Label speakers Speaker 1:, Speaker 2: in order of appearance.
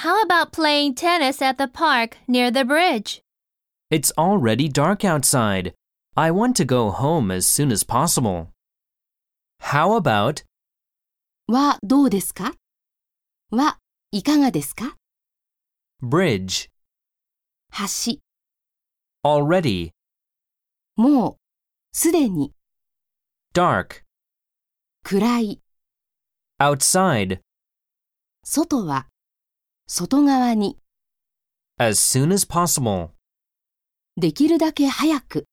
Speaker 1: How about playing tennis at the park near the bridge?
Speaker 2: It's already dark outside. I want to go home as soon as possible. How about
Speaker 3: はどうですかはいかがですか
Speaker 2: bridge?
Speaker 3: 橋、
Speaker 2: Already
Speaker 3: もう、すでに、
Speaker 2: dark
Speaker 3: 暗い、
Speaker 2: outside
Speaker 3: 外は、外側に、
Speaker 2: as soon as possible.
Speaker 3: できるだけ早く。